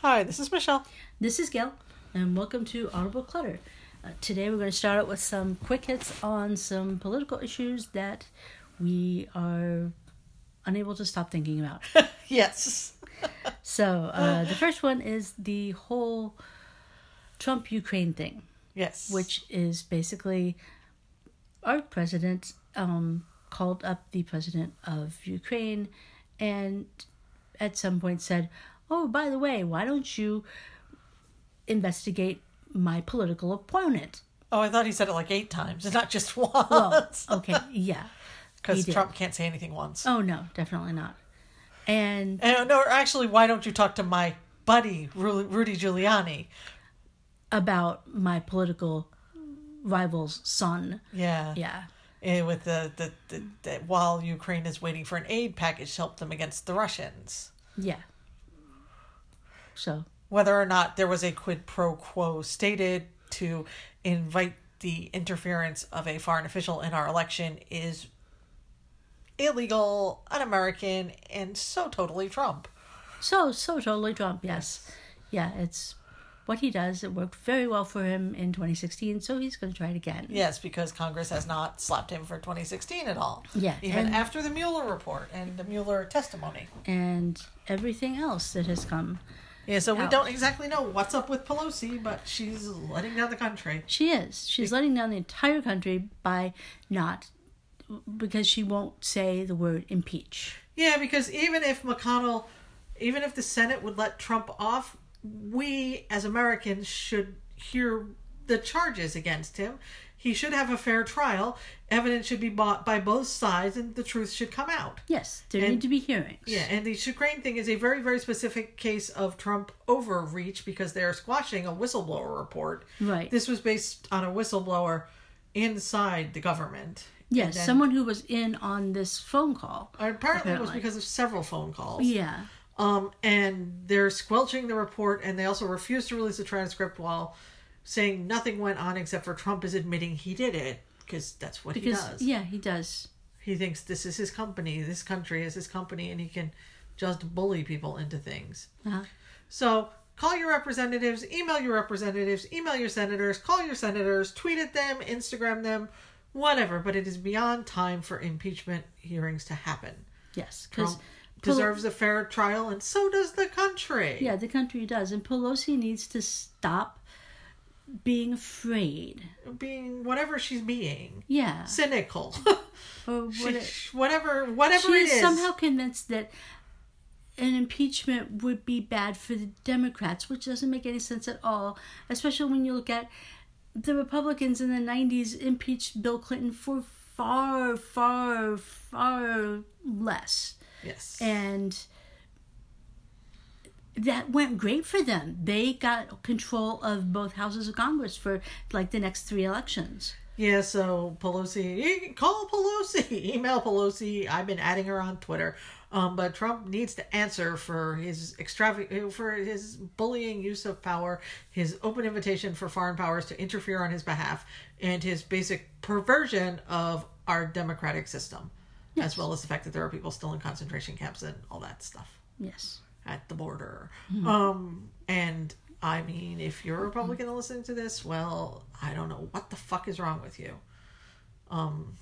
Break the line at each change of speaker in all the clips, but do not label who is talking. Hi, this is Michelle.
This is Gail, and welcome to Audible Clutter. Uh, today we're going to start out with some quick hits on some political issues that we are unable to stop thinking about.
Yes.
so uh, the first one is the whole Trump Ukraine thing,
Yes.
which is basically our president um, called up the president of Ukraine and at some point said, Oh, by the way, why don't you investigate my political opponent?
Oh, I thought he said it like eight times. It's not just
Well,
once.
okay, yeah. he
Because
did.
Trump can't say anything once.
Oh, no, definitely not. And
And, no, or actually, why don't you talk to my buddy, Ru- Rudy Giuliani?
about my political rival's son.
Yeah.
Yeah.
Eh, with the, the, the, the- while Ukraine is waiting for an aid package to help them against the Russians.
Yeah. So,
Whether or not there was a quid pro quo stated to invite the interference of a foreign official in our election is illegal, un American, and so totally Trump.
so, so totally Trump, yes. Yeah, it's what he does. It worked very well for him in 2016, so he's going to try it again.
Yes, because Congress has not slapped him for 2016 at all.
Yeah,
Even
and-
after the Mueller report and the Mueller testimony.
And everything else that has come.
Yeah, so we
Ouch.
don't exactly know what's up with Pelosi, but she's letting down the country.
She is. She's letting down the entire country by not, because she won't say the word impeach.
Yeah, because even if McConnell, even if the Senate would let Trump off, we as Americans should hear the charges against him. He should have a fair trial. Evidence should be bought by both sides, and the truth should come out.
Yes, there
And-
need to be hearings.
Yeah, and the Ukraine thing is a very, very specific case of Trump overreach because they are squashing a whistleblower report.
Right.
This was based on a whistleblower inside the government.
yes,
then-
someone who was in on this phone call.
Apparently, it was
Apparently.
because of several phone calls.
Yeah.
Um, and they're squelching the report, and they also refuse to release the transcript while saying nothing went on except for Trump is admitting he did it because that's what
Because,
he does.
yeah, he does.
He thinks this is his company, this country is his company, and he can just bully people into things.
Uh-huh.
So call your representatives, email your representatives, email your senators, call your senators, tweet at them, Instagram them, whatever. But it is beyond time for impeachment hearings to happen.
Yes.
Trump
Because
deserves a fair trial, and so does the country.
Yeah, the country does. And Pelosi needs to stop being afraid.
Being whatever she's being,
Yeah.
cynical,
Or
She-
Uh-huh. what
sh- whatever, whatever
she
it
is,
is.
somehow convinced that an impeachment would be bad for the Democrats, which doesn't make any sense at all, especially when you look at the Republicans in the 90s impeached Bill Clinton for far, far, far less.
yes.
And that went great for them. They got control of both houses of Congress for like the next three elections.
Yeah, so Pelosi, eh, call Pelosi, email Pelosi. I've been adding her on Twitter. Um, but Trump needs to answer for his extravagant, for his bullying use of power, his open invitation for foreign powers to interfere on his behalf, and his basic perversion of our democratic system, as well as the fact that there are people still in concentration camps and all that stuff
Yes.
at the border. Um, and I mean, if you're a Republican and listening to this, well, I don't know what the fuck is wrong with you. Um,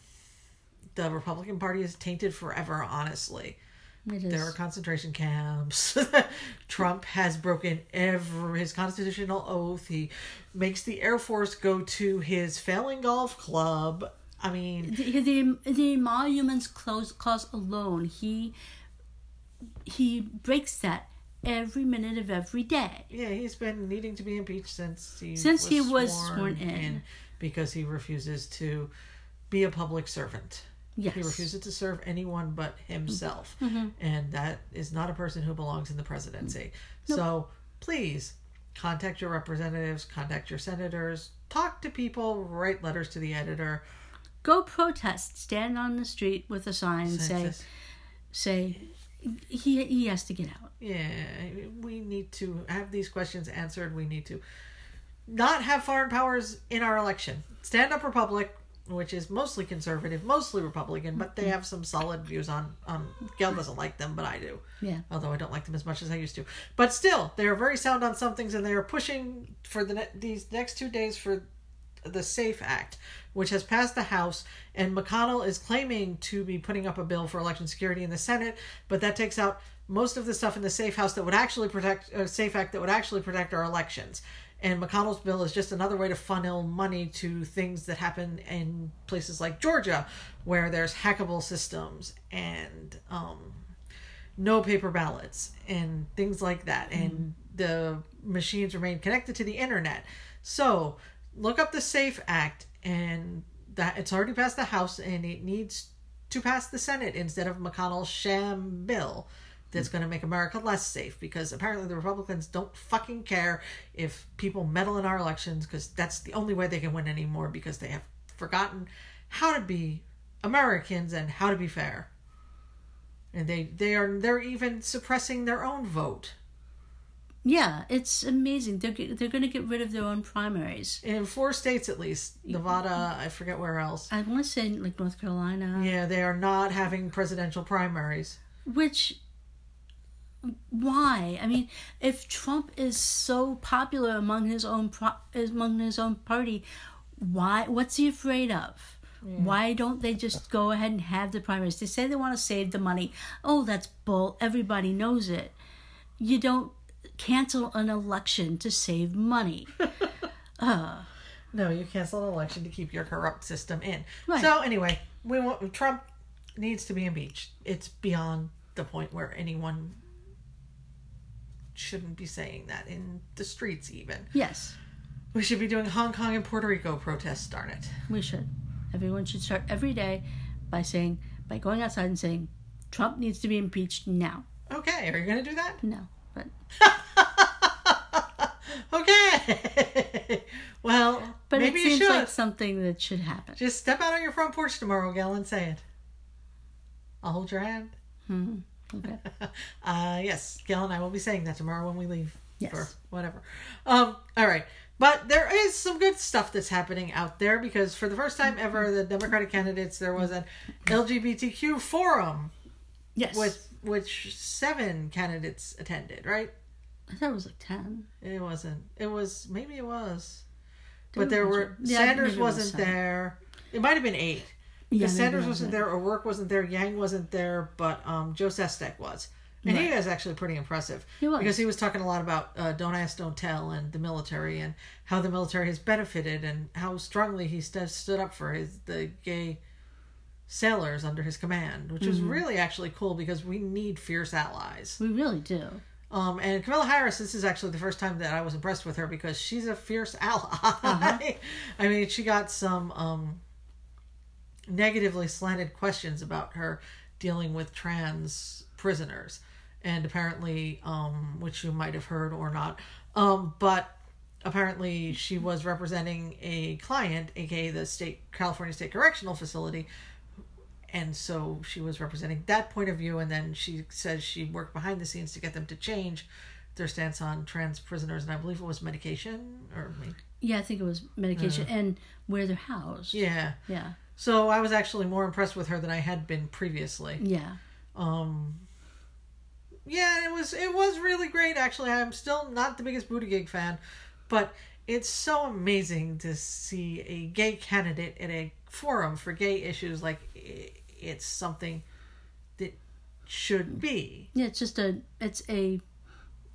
the Republican Party is tainted forever, honestly.
It
There
is.
are concentration camps. Trump has broken every his constitutional oath. He makes the Air Force go to his failing golf club. I mean,
the the, the emoluments clause, clause alone he he breaks that every minute of every day
Yeah, he's been needing to be impeached since he
Since he was sworn in.
because he refuses to be a public servant.
yes Mm-hmm.
He refuses to serve anyone but himself, and that is not a person who belongs in the presidency. So please contact your representatives, contact your senators, talk to people, write letters to the editor.
go protest stand on the street with a sign and say
Census.
say he he has to get out
Yeah, we need to have these questions answered. We need to not have foreign powers in our election. Stand up republic. which is mostly conservative, mostly Republican, but they have some solid views on. on Gail doesn't like them, but I do.
Yeah.
Although I don't like them as much as I used to, but still, they are very sound on some things, and they are pushing for the ne- these next two days for the Safe Act, which has passed the House, and McConnell is claiming to be putting up a bill for election security in the Senate, but that takes out most of the stuff in the Safe House that would actually protect uh, Safe Act that would actually protect our elections. And McConnell's bill is just another way to funnel money to things that happen in places like Georgia, where there's hackable systems and um, no paper ballots and things like that and the machines remain connected to the internet so look up the safe act and that it's already passed the house and it needs to pass the senate instead of mcconnell's sham bill that's going to make america less safe because apparently the republicans don't fucking care if people meddle in our elections because that's the only way they can win anymore because they have forgotten how to be americans and how to be fair and they they are they're even suppressing their own vote
Yeah, it's amazing. They're get- they're going to get rid of their own primaries.
in four states at least nevada i forget where else
I want to say like North Carolina,
yeah they are not having presidential primaries
which why? I mean, if Trump is so popular among his own pro- among his own party, why? What's he afraid of? Why don't they just go ahead and have the primaries? They say they want to save the money. Oh, that's bull. Everybody knows it. You don't cancel an election to save money.
no you cancel an election to keep your corrupt system in
Right.
so anyway we want trump needs to be impeached it's beyond the point where anyone shouldn't be saying that in the streets even
Yes.
we should be doing hong kong and puerto rico protests darn it
We should. Everyone should start every day by saying, by going outside and saying, Trump needs to be impeached now.
okay are you gonna do that
No, but
okay. well,
but
maybe
it
you
seems
should.
like something that should happen.
Just step out on your front porch tomorrow, Gail, and say it. I'll hold your hand.
Okay.
Uh, yes, Gail and I will be saying that tomorrow when we leave.
Yes.
Or whatever. Um, all right. But there is some good stuff that's happening out there because for the first time ever, the Democratic candidates, there was an LGBTQ forum
Yes.
with which seven candidates attended, right?
I thought it was like ten.
It wasn't. It was maybe it was, but
Didn't
there were
mention- Yeah,
Sanders
maybe it was
wasn't
seven.
there. It might have been eight.
Yeah,
because
maybe
Sanders
it was
wasn't
eight.
there, O'Rourke wasn't there, Yang wasn't there, but um, Joe Sestek was, and he was actually pretty impressive.
He was.
because he was talking a lot about uh, "Don't Ask, Don't Tell" and the military and how the military has benefited and how strongly he st- stood up for his the gay sailors under his command, which
Mm-hmm.
was really actually cool because we need fierce allies.
We really do.
Um, and Camilla Harris, this is actually the first time that I was impressed with her because she's a fierce ally. I mean, she got some um, negatively slanted questions about her dealing with trans prisoners, and apparently, um, which you might have heard or not, um, but apparently she was representing a client, aka the state California State Correctional Facility, and so she was representing that point of view and then she says she worked behind the scenes to get them to change their stance on trans prisoners and i believe it was medication or me
Yeah, I think it was medication and where they're housed.
yeah
Yeah.
so i was actually more impressed with her than i had been previously
Yeah.
um yeah it was it was really great actually i'm still not the biggest booty gig fan but it's so amazing to see a gay candidate at a forum for gay issues like i it's something that should be
Yeah, it's just a it's a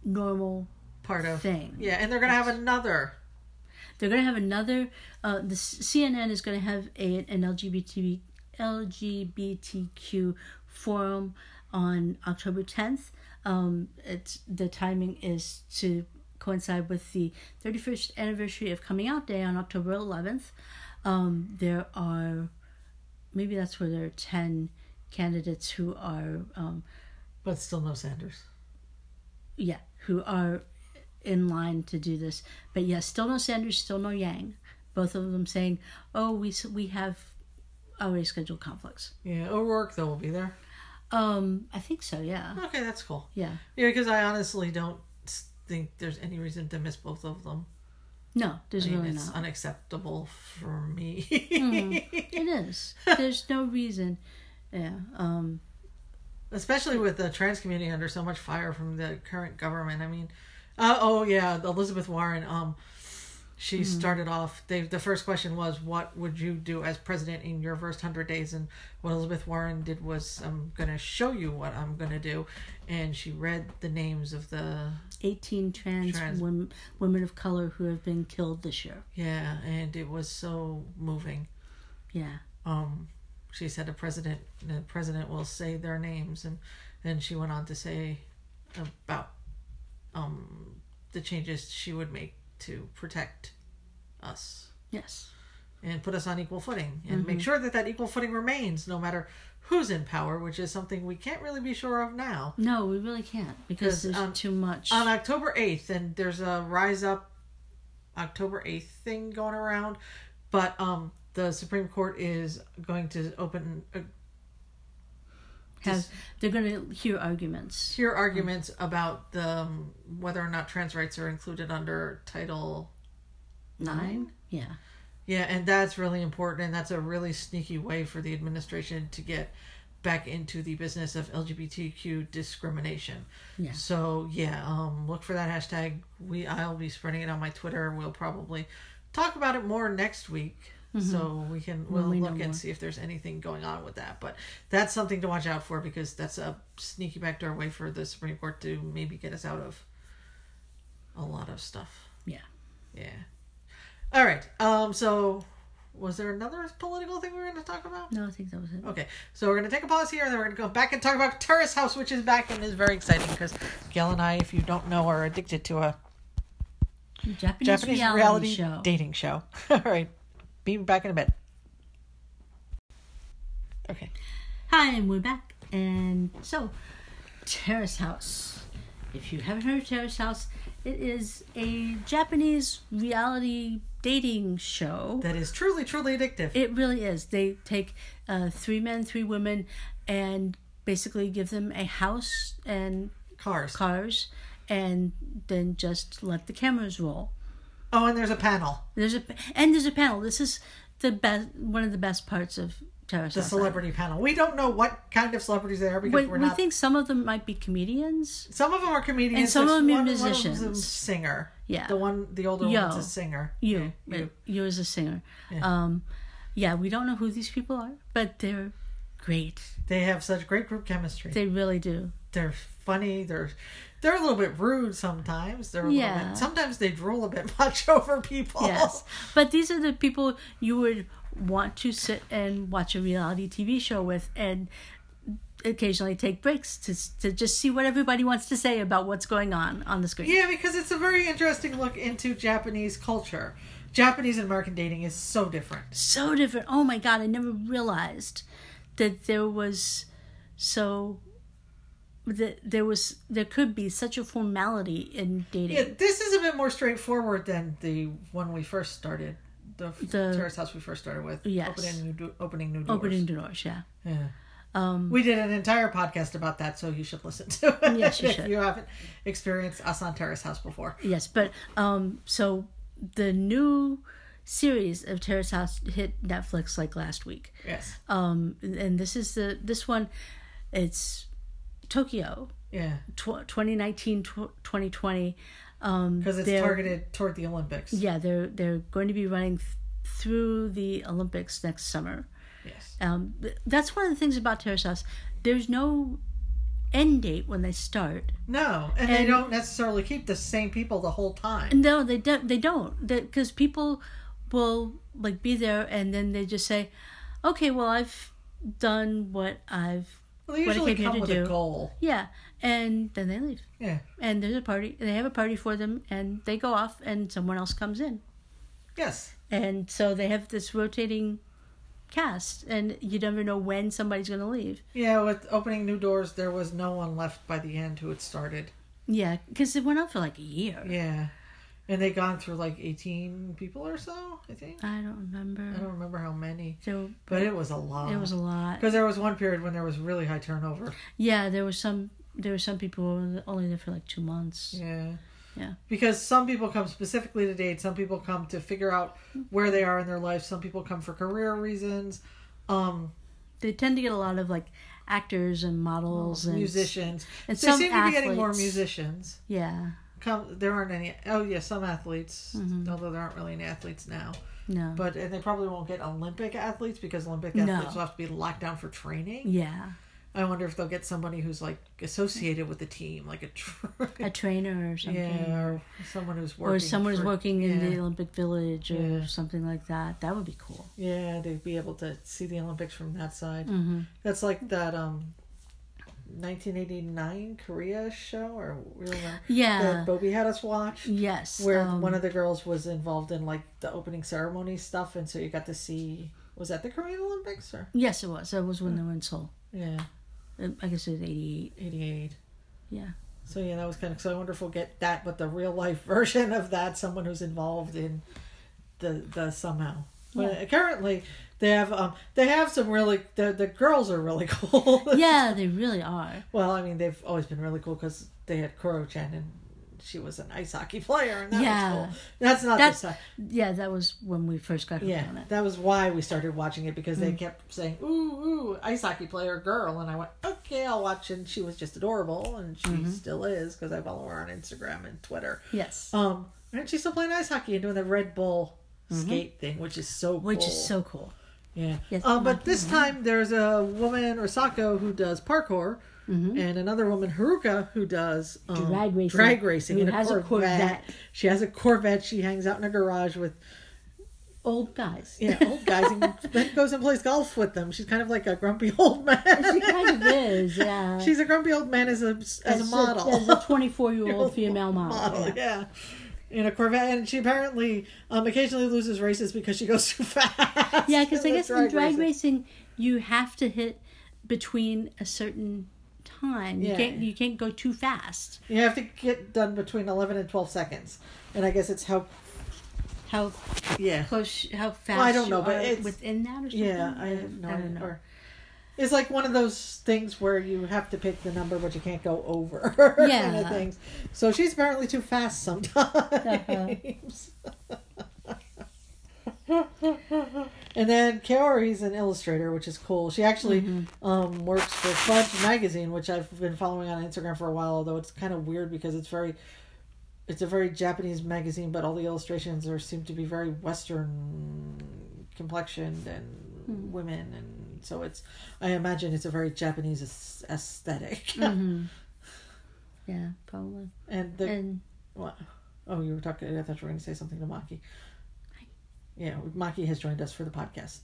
normal
part of
thing.
Yeah, and they're gonna have another.
They're going to have another. Uh, the C- CNN is going to have a, an LGBT, LGBTQ forum on October 10th. Um, it's the timing is to coincide with the 31st anniversary of Coming Out Day on October 11th. Um, there are maybe that's where there are 10 candidates who are um,
But still no Sanders.
yeah, who are in line to do this. But yes, still no Sanders, still no Yang. Both of them saying, "Oh, we s- we have already scheduled conflicts."
Yeah, O'Rourke though will be there.
Um, I think so. Yeah,
Okay, that's cool.
yeah.
Yeah, because I honestly don't s- think there's any reason to miss both of them.
No, there's
I mean,
really
it's
not. Mm-hmm.
unacceptable for me.
It is. There's no reason. Yeah. Um,
Especially with the trans community under so much fire from the current government. I mean, uh, oh yeah, Elizabeth Warren. Um, she started off. They, the first question was, "What would you do as president in your first hundred days?" And what Elizabeth Warren did was, "I'm gonna show you what I'm gonna do," and she read the names of the
18 trans,
Trans-
Women, women of color who have been killed this year.
yeah, and it was so moving.
Yeah.
um, she said the president the president will say their names and then she went on to say about um, the changes she would make to protect us
Yes.
and put us on equal footing and make sure that that equal footing remains no matter who's in power which is something we can't really be sure of now
No, we really can't because
'Cause,
there's
um,
too much.
on October 8th, and there's a Rise Up October 8th thing going around, but um, the Supreme Court is going to open uh,
have, they're going to hear arguments.
hear arguments about the um, whether or not trans rights are included under Title.
Nine? Yeah.
Yeah, and that's really important, and that's a really sneaky way for the administration to get back into the business of LGBTQ discrimination.
Yeah.
So yeah, um, look for that hashtag. We I'll be spreading it on my Twitter. We'll probably talk about it more next week. So we can we'll
we know
look and
Mm-hmm. more.
see if there's anything going on with that. But that's something to watch out for because that's a sneaky backdoor way for the Supreme Court to maybe get us out of a lot of stuff.
Yeah.
Yeah. All right. Um. So was there another political thing we were going to talk about?
No, I think that was it.
Okay, so we're gonna take a pause here, and then we're gonna go back and talk about Terrace House, which is back and is very exciting because Gail and I, if you don't know, are addicted to a
Japanese,
Japanese
reality,
reality,
show.
dating show. All right, be back in a bit. Okay.
Hi, and we're back. And so, Terrace House. If you haven't heard of Terrace House, it is a Japanese reality dating show.
That is truly, truly addictive.
It really is. They take uh, three men, three women, and basically give them a house and
Cars.
cars, and then just let the cameras roll.
Oh, and there's a panel.
There's a and there's a panel. This is the best, one of the best parts of Terrace
The
House.
celebrity panel. We don't know what kind of celebrities they are because
We,
we're
we
not.
think some of them might be comedians.
some of them are comedians.
And some
which
of them are
one- one of them's a
musicians.
singer.
Yeah.
The one, the older
Yo.
one's a singer.
You,
Yeah, you.
you, as a singer. Um, yeah, we don't know who these people are, but they're great.
They have such great group chemistry.
They really do.
they're funny. They're they're a little bit rude sometimes. They're a little
Yeah.
bit, sometimes they drool a bit much over people.
Yes, but these are the people you would want to sit and watch a reality TV show with, and occasionally take breaks to to just see what everybody wants to say about what's going on on the screen.
Yeah, because it's a very interesting look into Japanese culture. Japanese and American dating is so different.
So different. Oh my god, I never realized that there was so that there was there could be such a formality in dating.
Yeah, this is a bit more straightforward than the one we first started. The,
The-
terrace house we first started with.
Yes.
Opening new, do- opening new doors.
Opening doors, yeah.
Yeah.
Um,
We did an entire podcast about that, so you should listen to it
Yes, you
if
should.
you haven't experienced us on Terrace House before.
Yes, but um, so the new series of Terrace House hit Netflix like last week.
Yes.
Um, and this is the this one, it's Tokyo
Yeah.
tw- 2019 tw- 2020.
Because it's
They're-
targeted toward the Olympics.
Yeah, they're they're going to be running th- through the Olympics next summer.
Yes.
Um, th- that's one of the things about Terrace House. There's no end date when they start.
No, and, they
And-
don't necessarily keep the same people the whole time.
No, they don't. They don't. Because people will like be there, and then they just say, "Okay, well, I've done what I've
Well, they
What it
usually
came here
come
to
with a
do.
goal.
yeah," and then they leave.
Yeah,
And there's a party. They have a party for them, and they go off, and someone else comes in,
yes,
and so they have this rotating cast, and you never know when somebody's going to leave.
yeah. With opening new doors, there was no one left by the end who had started.
Yeah, because it went on for like a year.
Yeah, and they gone through like eighteen people or so. I think
I don't remember.
I don't remember how many,
So
but it was a lot.
it was a lot.
because there was one period when there was really high turnover.
Yeah, there was some. There were some people who were only there for like two months.
Yeah,
Yeah.
Because some people come specifically to date, some people come to figure out where they are in their life, some people come for career reasons, um,
They tend to get a lot of like actors and models and
musicians.
and
they
some
seem to be getting more
athletes.
musicians.
Yeah.
Come, there aren't any. Oh yeah, some athletes,
Mm-hmm.
although there aren't really any athletes now.
No.
But and they probably won't get Olympic athletes because Olympic
No.
athletes will have to be locked down for training.
yeah.
I wonder if they'll get somebody who's like associated with the team, like a, tr-
A trainer or something.
yeah, or someone who's working.
Or someone who's
for-
working in
yeah.
the Olympic Village or
Yeah.
something like that. That would be cool.
Yeah, they'd be able to see the Olympics from that side.
Mm-hmm.
That's like that um, 1989 Korea show or real
Yeah.
that Bobby had us watch,
yes.
where
um,
one of the girls was involved in like the opening ceremony stuff, and so you got to see. Was that the Korean Olympics or
yes, it was. That was when they were in Seoul.
yeah,
Uh, I guess it was 88.
88.
Yeah.
So yeah, that was kind of so I wonder if we'll get that, but the real life version of that, someone who's involved in the the somehow. But currently, they have um they have some really the the girls are really cool.
Yeah, they really are.
well, I mean they've always been really cool because they had Koro Chan and she was an ice hockey player and that
Yeah.
was cool. That's not
That's-
this time.
Yeah, that was when we first got hooked
Yeah,
on it. Mm.
that was why we started watching it because they kept saying ooh ooh ice hockey player girl and I went okay I'll watch and she was just adorable and she
Mm-hmm.
still is because I follow her on Instagram and Twitter.
Yes.
Um, and she's still playing ice hockey and doing the Red Bull skate thing, which is so
Mm-hmm. Which
cool.
is so cool.
yeah.
Yes, Mm-hmm.
um, but this time there's a woman Osako who does parkour, and another woman Haruka who does um,
Mm-hmm. Drag racing.
Drag racing
Who
in a
has a
Corvette.
Corvette.
She has a Corvette. She hangs out in a garage with
Old guys.
you know, old guys and then goes and plays golf with them. She's kind of like a grumpy old man.
She kind of is, yeah.
She's a grumpy old man as a as, a model.
as a 24 year old female model.
model,
yeah.
yeah. In a Corvette, and she apparently um, occasionally loses races because she goes too fast.
Yeah, because I guess in drag
racing.
racing, you have to hit between a certain time. You
Yeah.
can't you can't go too fast.
you have to get done between eleven and twelve seconds, and I guess it's how
How
yeah
close? How fast?
I don't know,
you
but
are
it's-
within that or something.
yeah I have no
I
idea.
don't know.
Or, it's like one of those things where you have to pick the number, but you can't go over. kind of
Yeah.
things. So she's apparently too fast sometimes.
Uh-huh.
and then Kaori's an illustrator, which is cool. She actually
Mm-hmm.
um, works for Fudge Magazine, which I've been following on Instagram for a while. Although it's kind of weird because it's very, it's a very Japanese magazine, but all the illustrations are seem to be very Western complexioned and women, and so it's. I imagine it's a very Japanese aes- esthetic
Mm-hmm. Yeah, probably.
and the
And
what? Oh, you were talking. I thought you were going to say something to Maki. Yeah, Maki has joined us for the podcast.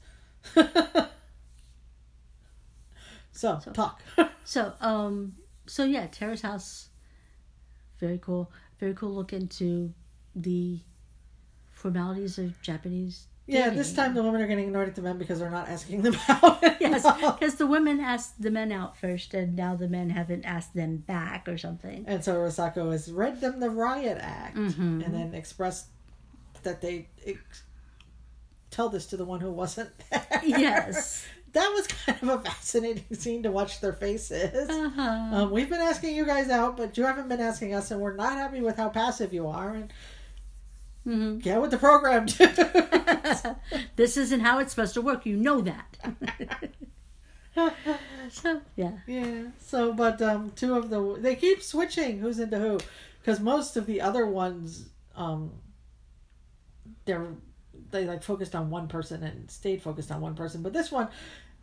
so, talk.
so um so yeah, Terrace House, very cool, very cool look into the formalities of Japanese.
yeah,
dating.
this time the women are getting annoyed at the men because they're not asking them out.
Yes, because the women asked the men out first, and now the men haven't asked them back or something.
And so Rosako has read them the riot act and then expressed that they ex- tell this to the one who wasn't there.
Yes.
That was kind of a fascinating scene to watch their faces.
Uh-huh.
Um, we've been asking you guys out, but you haven't been asking us, and we're not happy with how passive you are. And
Mhm.
get with the program, too.
this isn't how it's supposed to work. You know that. so yeah,
yeah. So, but um, two of the they keep switching who's into who, because most of the other ones, um, they're they like focused on one person and stayed focused on one person, but this one.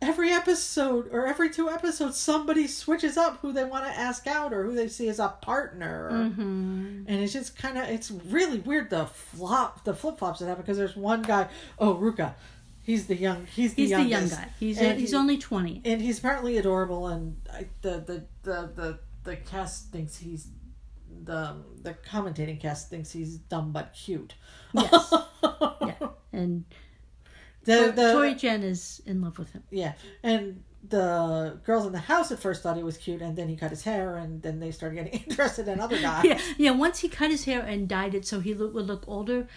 Every episode or every two episodes, somebody switches up who they want to ask out or who they see as a partner. or-
Mm-hmm.
and it's just kind of it's really weird the flop the flip flops that happen because there's one guy oh Ruka, he's the young he's the
he's the young
youngest.
guy. He's
And
he's
he-
only twenty.
and he's apparently adorable and I, the, the the the the cast thinks he's the um, the commentating cast thinks he's dumb but cute.
Yes. yeah, and
The, the,
Tori Jen is in love with him.
Yeah, and the girls in the house at first thought he was cute, and then he cut his hair, and then they started getting interested in other guys.
Yeah, yeah. Once he cut his hair and dyed it so he look, would look older,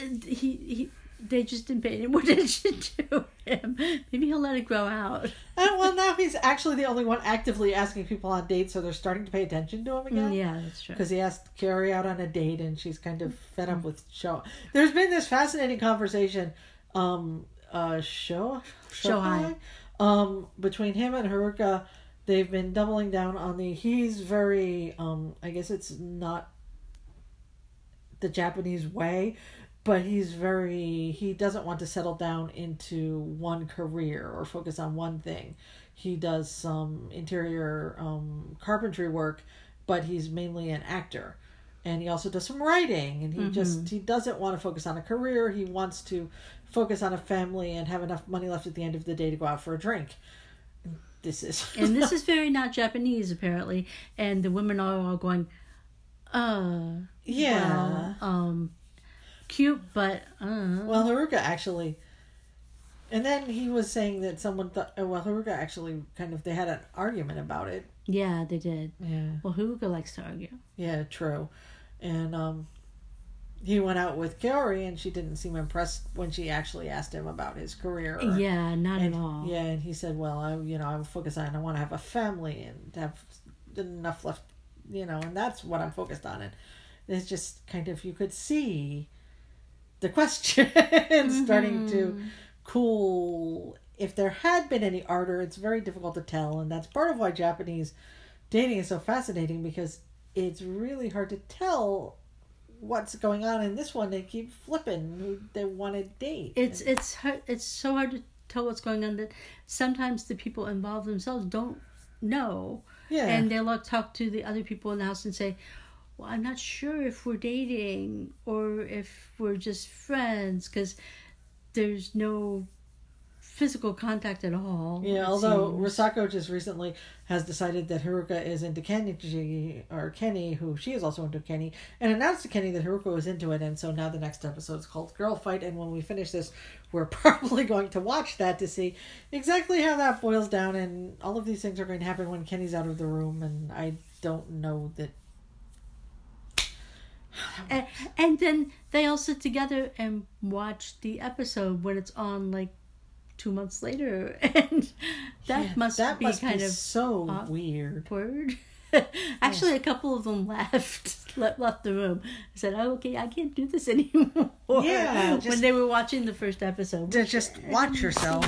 uh, he he they just didn't pay any more attention to him. Maybe he'll let it grow out.
And well, now he's actually the only one actively asking people on dates, so they're starting to pay attention to him again.
Mm, Yeah, that's true.
Because he asked Carrie out on a date, and she's kind of fed up with show. There's been this fascinating conversation, um, uh, show,
Shohei.
um, between him and Haruka. They've been doubling down on the he's very, um, I guess it's not the Japanese way, but he's very he doesn't want to settle down into one career or focus on one thing. He does some interior um, carpentry work, but he's mainly an actor, and he also does some writing. And he
Mm-hmm.
just he doesn't want to focus on a career. He wants to focus on a family and have enough money left at the end of the day to go out for a drink. This is
And this is very not Japanese, apparently. And the women are all going, uh,
yeah.
well, um, cute, but, uh.
Well, Haruka actually. And then he was saying that someone thought. oh, Well, Haruka actually kind of. They had an argument about it.
Yeah, they did.
Yeah.
Well, Hugo likes to argue.
Yeah, true. And um, he went out with Kaori, and she didn't seem impressed when she actually asked him about his career. or-
Yeah, not
and,
at all.
Yeah, and he said, "Well, I, you know, I'm focused on. I want to have a family and have enough left, you know, and that's what I'm focused on." And it's just kind of you could see the question
Mm-hmm.
starting to cool. If there had been any ardor, it's very difficult to tell, and that's part of why Japanese dating is so fascinating because it's really hard to tell what's going on in this one they keep flipping who they want to date
It's, it's, hard, it's so hard to tell what's going on that sometimes the people involved themselves don't know.
yeah
And they'll like, talk to the other people in the house and say, well, I'm not sure if we're dating or if we're just friends because there's no physical contact at all. it
Yeah, although
seems.
Risako just recently has decided that Haruka is into Kenichi or Kenny, who she is also into Kenny, and announced to Kenny that Haruka was into it, and so now the next episode is called Girl Fight, and when we finish this, we're probably going to watch that to see exactly how that boils down, and all of these things are going to happen when Kenny's out of the room, and I don't know that.
and, and then they all sit together and watch the episode when it's on like two months later, and that
Yeah,
must
that
be
must
kind
be
of
so
off.
weird.
awkward. Actually, a couple of them left left, left the room. I said, "Oh, okay, I can't do this anymore."
Yeah,
when
just-
they were watching the first episode,
To just watch yourself,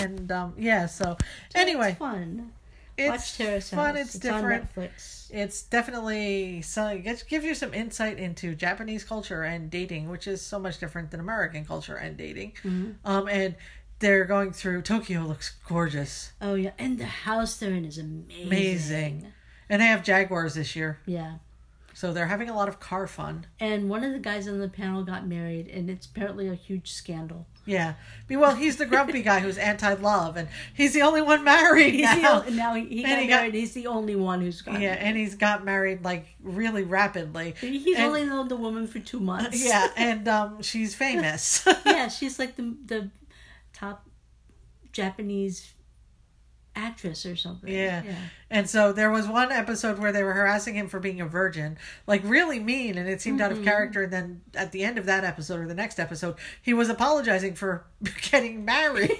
and um, yeah. So anyway,
it's fun.
it's
watch Terrace
fun.
House.
It's, different.
on Netflix.
it's definitely so gets give you some insight into Japanese culture and dating, which is so much different than American culture and dating.
Mm-hmm.
Um, and they're going through Tokyo looks gorgeous,
Oh yeah, and the house they're in is amazing.
amazing, and they have jaguars this year,
Yeah.
so they're having a lot of car fun.
And one of the guys on the panel got married, and it's apparently a huge scandal.
Yeah, Be- well, he's the grumpy guy who's anti-love, and he's the only one married
He's
now.
the, now he, he got
And he got-
married. he's the only one who's got.
yeah, and he's got married like really rapidly.
married. he's
and-
only known the woman for two months.
yeah, and um, she's famous.
yeah. She's like the the top Japanese actress or something.
Yeah. And so there was one episode where they were harassing him for being a virgin, like really mean, and it seemed out of character. And then at the end of that episode or the next episode, he was apologizing for getting married.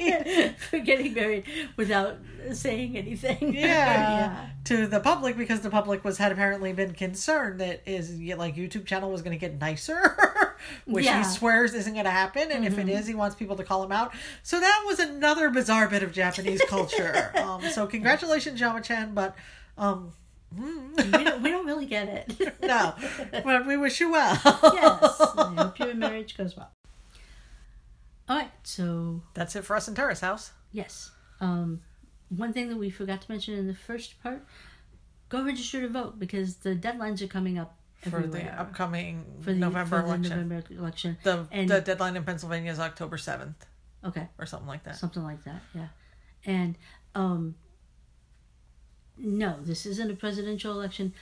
yeah. for getting married without saying anything.
yeah, To the public because the public was had apparently been concerned that his like YouTube channel was going to get nicer, which
Yeah.
he swears isn't going to happen. And if it is, he wants people to call him out. So that was another bizarre bit of Japanese culture. um, so congratulations, Yamachan, but. Um,
Yeah. We don't, we don't really get it.
no, but we wish you well.
yes. I hope your marriage goes well. All right. So
That's it for us in Terrace House.
Yes. Um, one thing that we forgot to mention in the first part: go register to vote because the deadlines are coming up
For
everywhere
the upcoming
for the-
November
for the
election.
November election.
The,
and-
the deadline in Pennsylvania is October 7th
Okay,
or something like that.
something like that. Yeah, and um, no, this isn't a presidential election,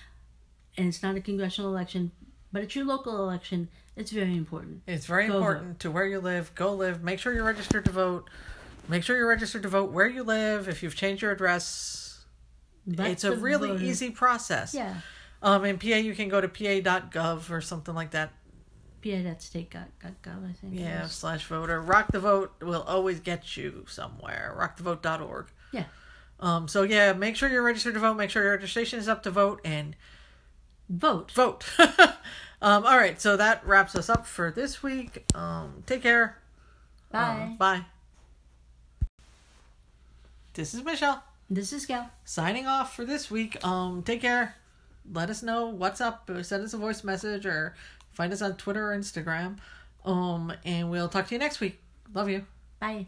and it's not a congressional election, but it's your local election. It's very important.
It's very
Go
important to where you live. Go live. Make sure you're registered to vote. Make sure you're registered to vote where you live. If you've changed your address,
Let
it's a
the
really
voter-
easy process.
Yeah.
Um, in PA, you can go to pa.gov or something like that.
yeah, that state got got gov. I think. it
Yeah,
was.
slash voter. Rock the vote will always get you somewhere. Rockthevote.org.
Yeah.
Um, so yeah, make sure you're registered to vote. Make sure your registration is up to vote and
Vote.
vote. um, all right, so that wraps us up for this week. Um, take care.
Bye.
Um, bye. This is Michelle
This is Gal.
signing off for this week. Um, take care. Let us know what's up. or Send us a voice message or find us on Twitter or Instagram. Um, and we'll talk to you next week. Love you.
Bye.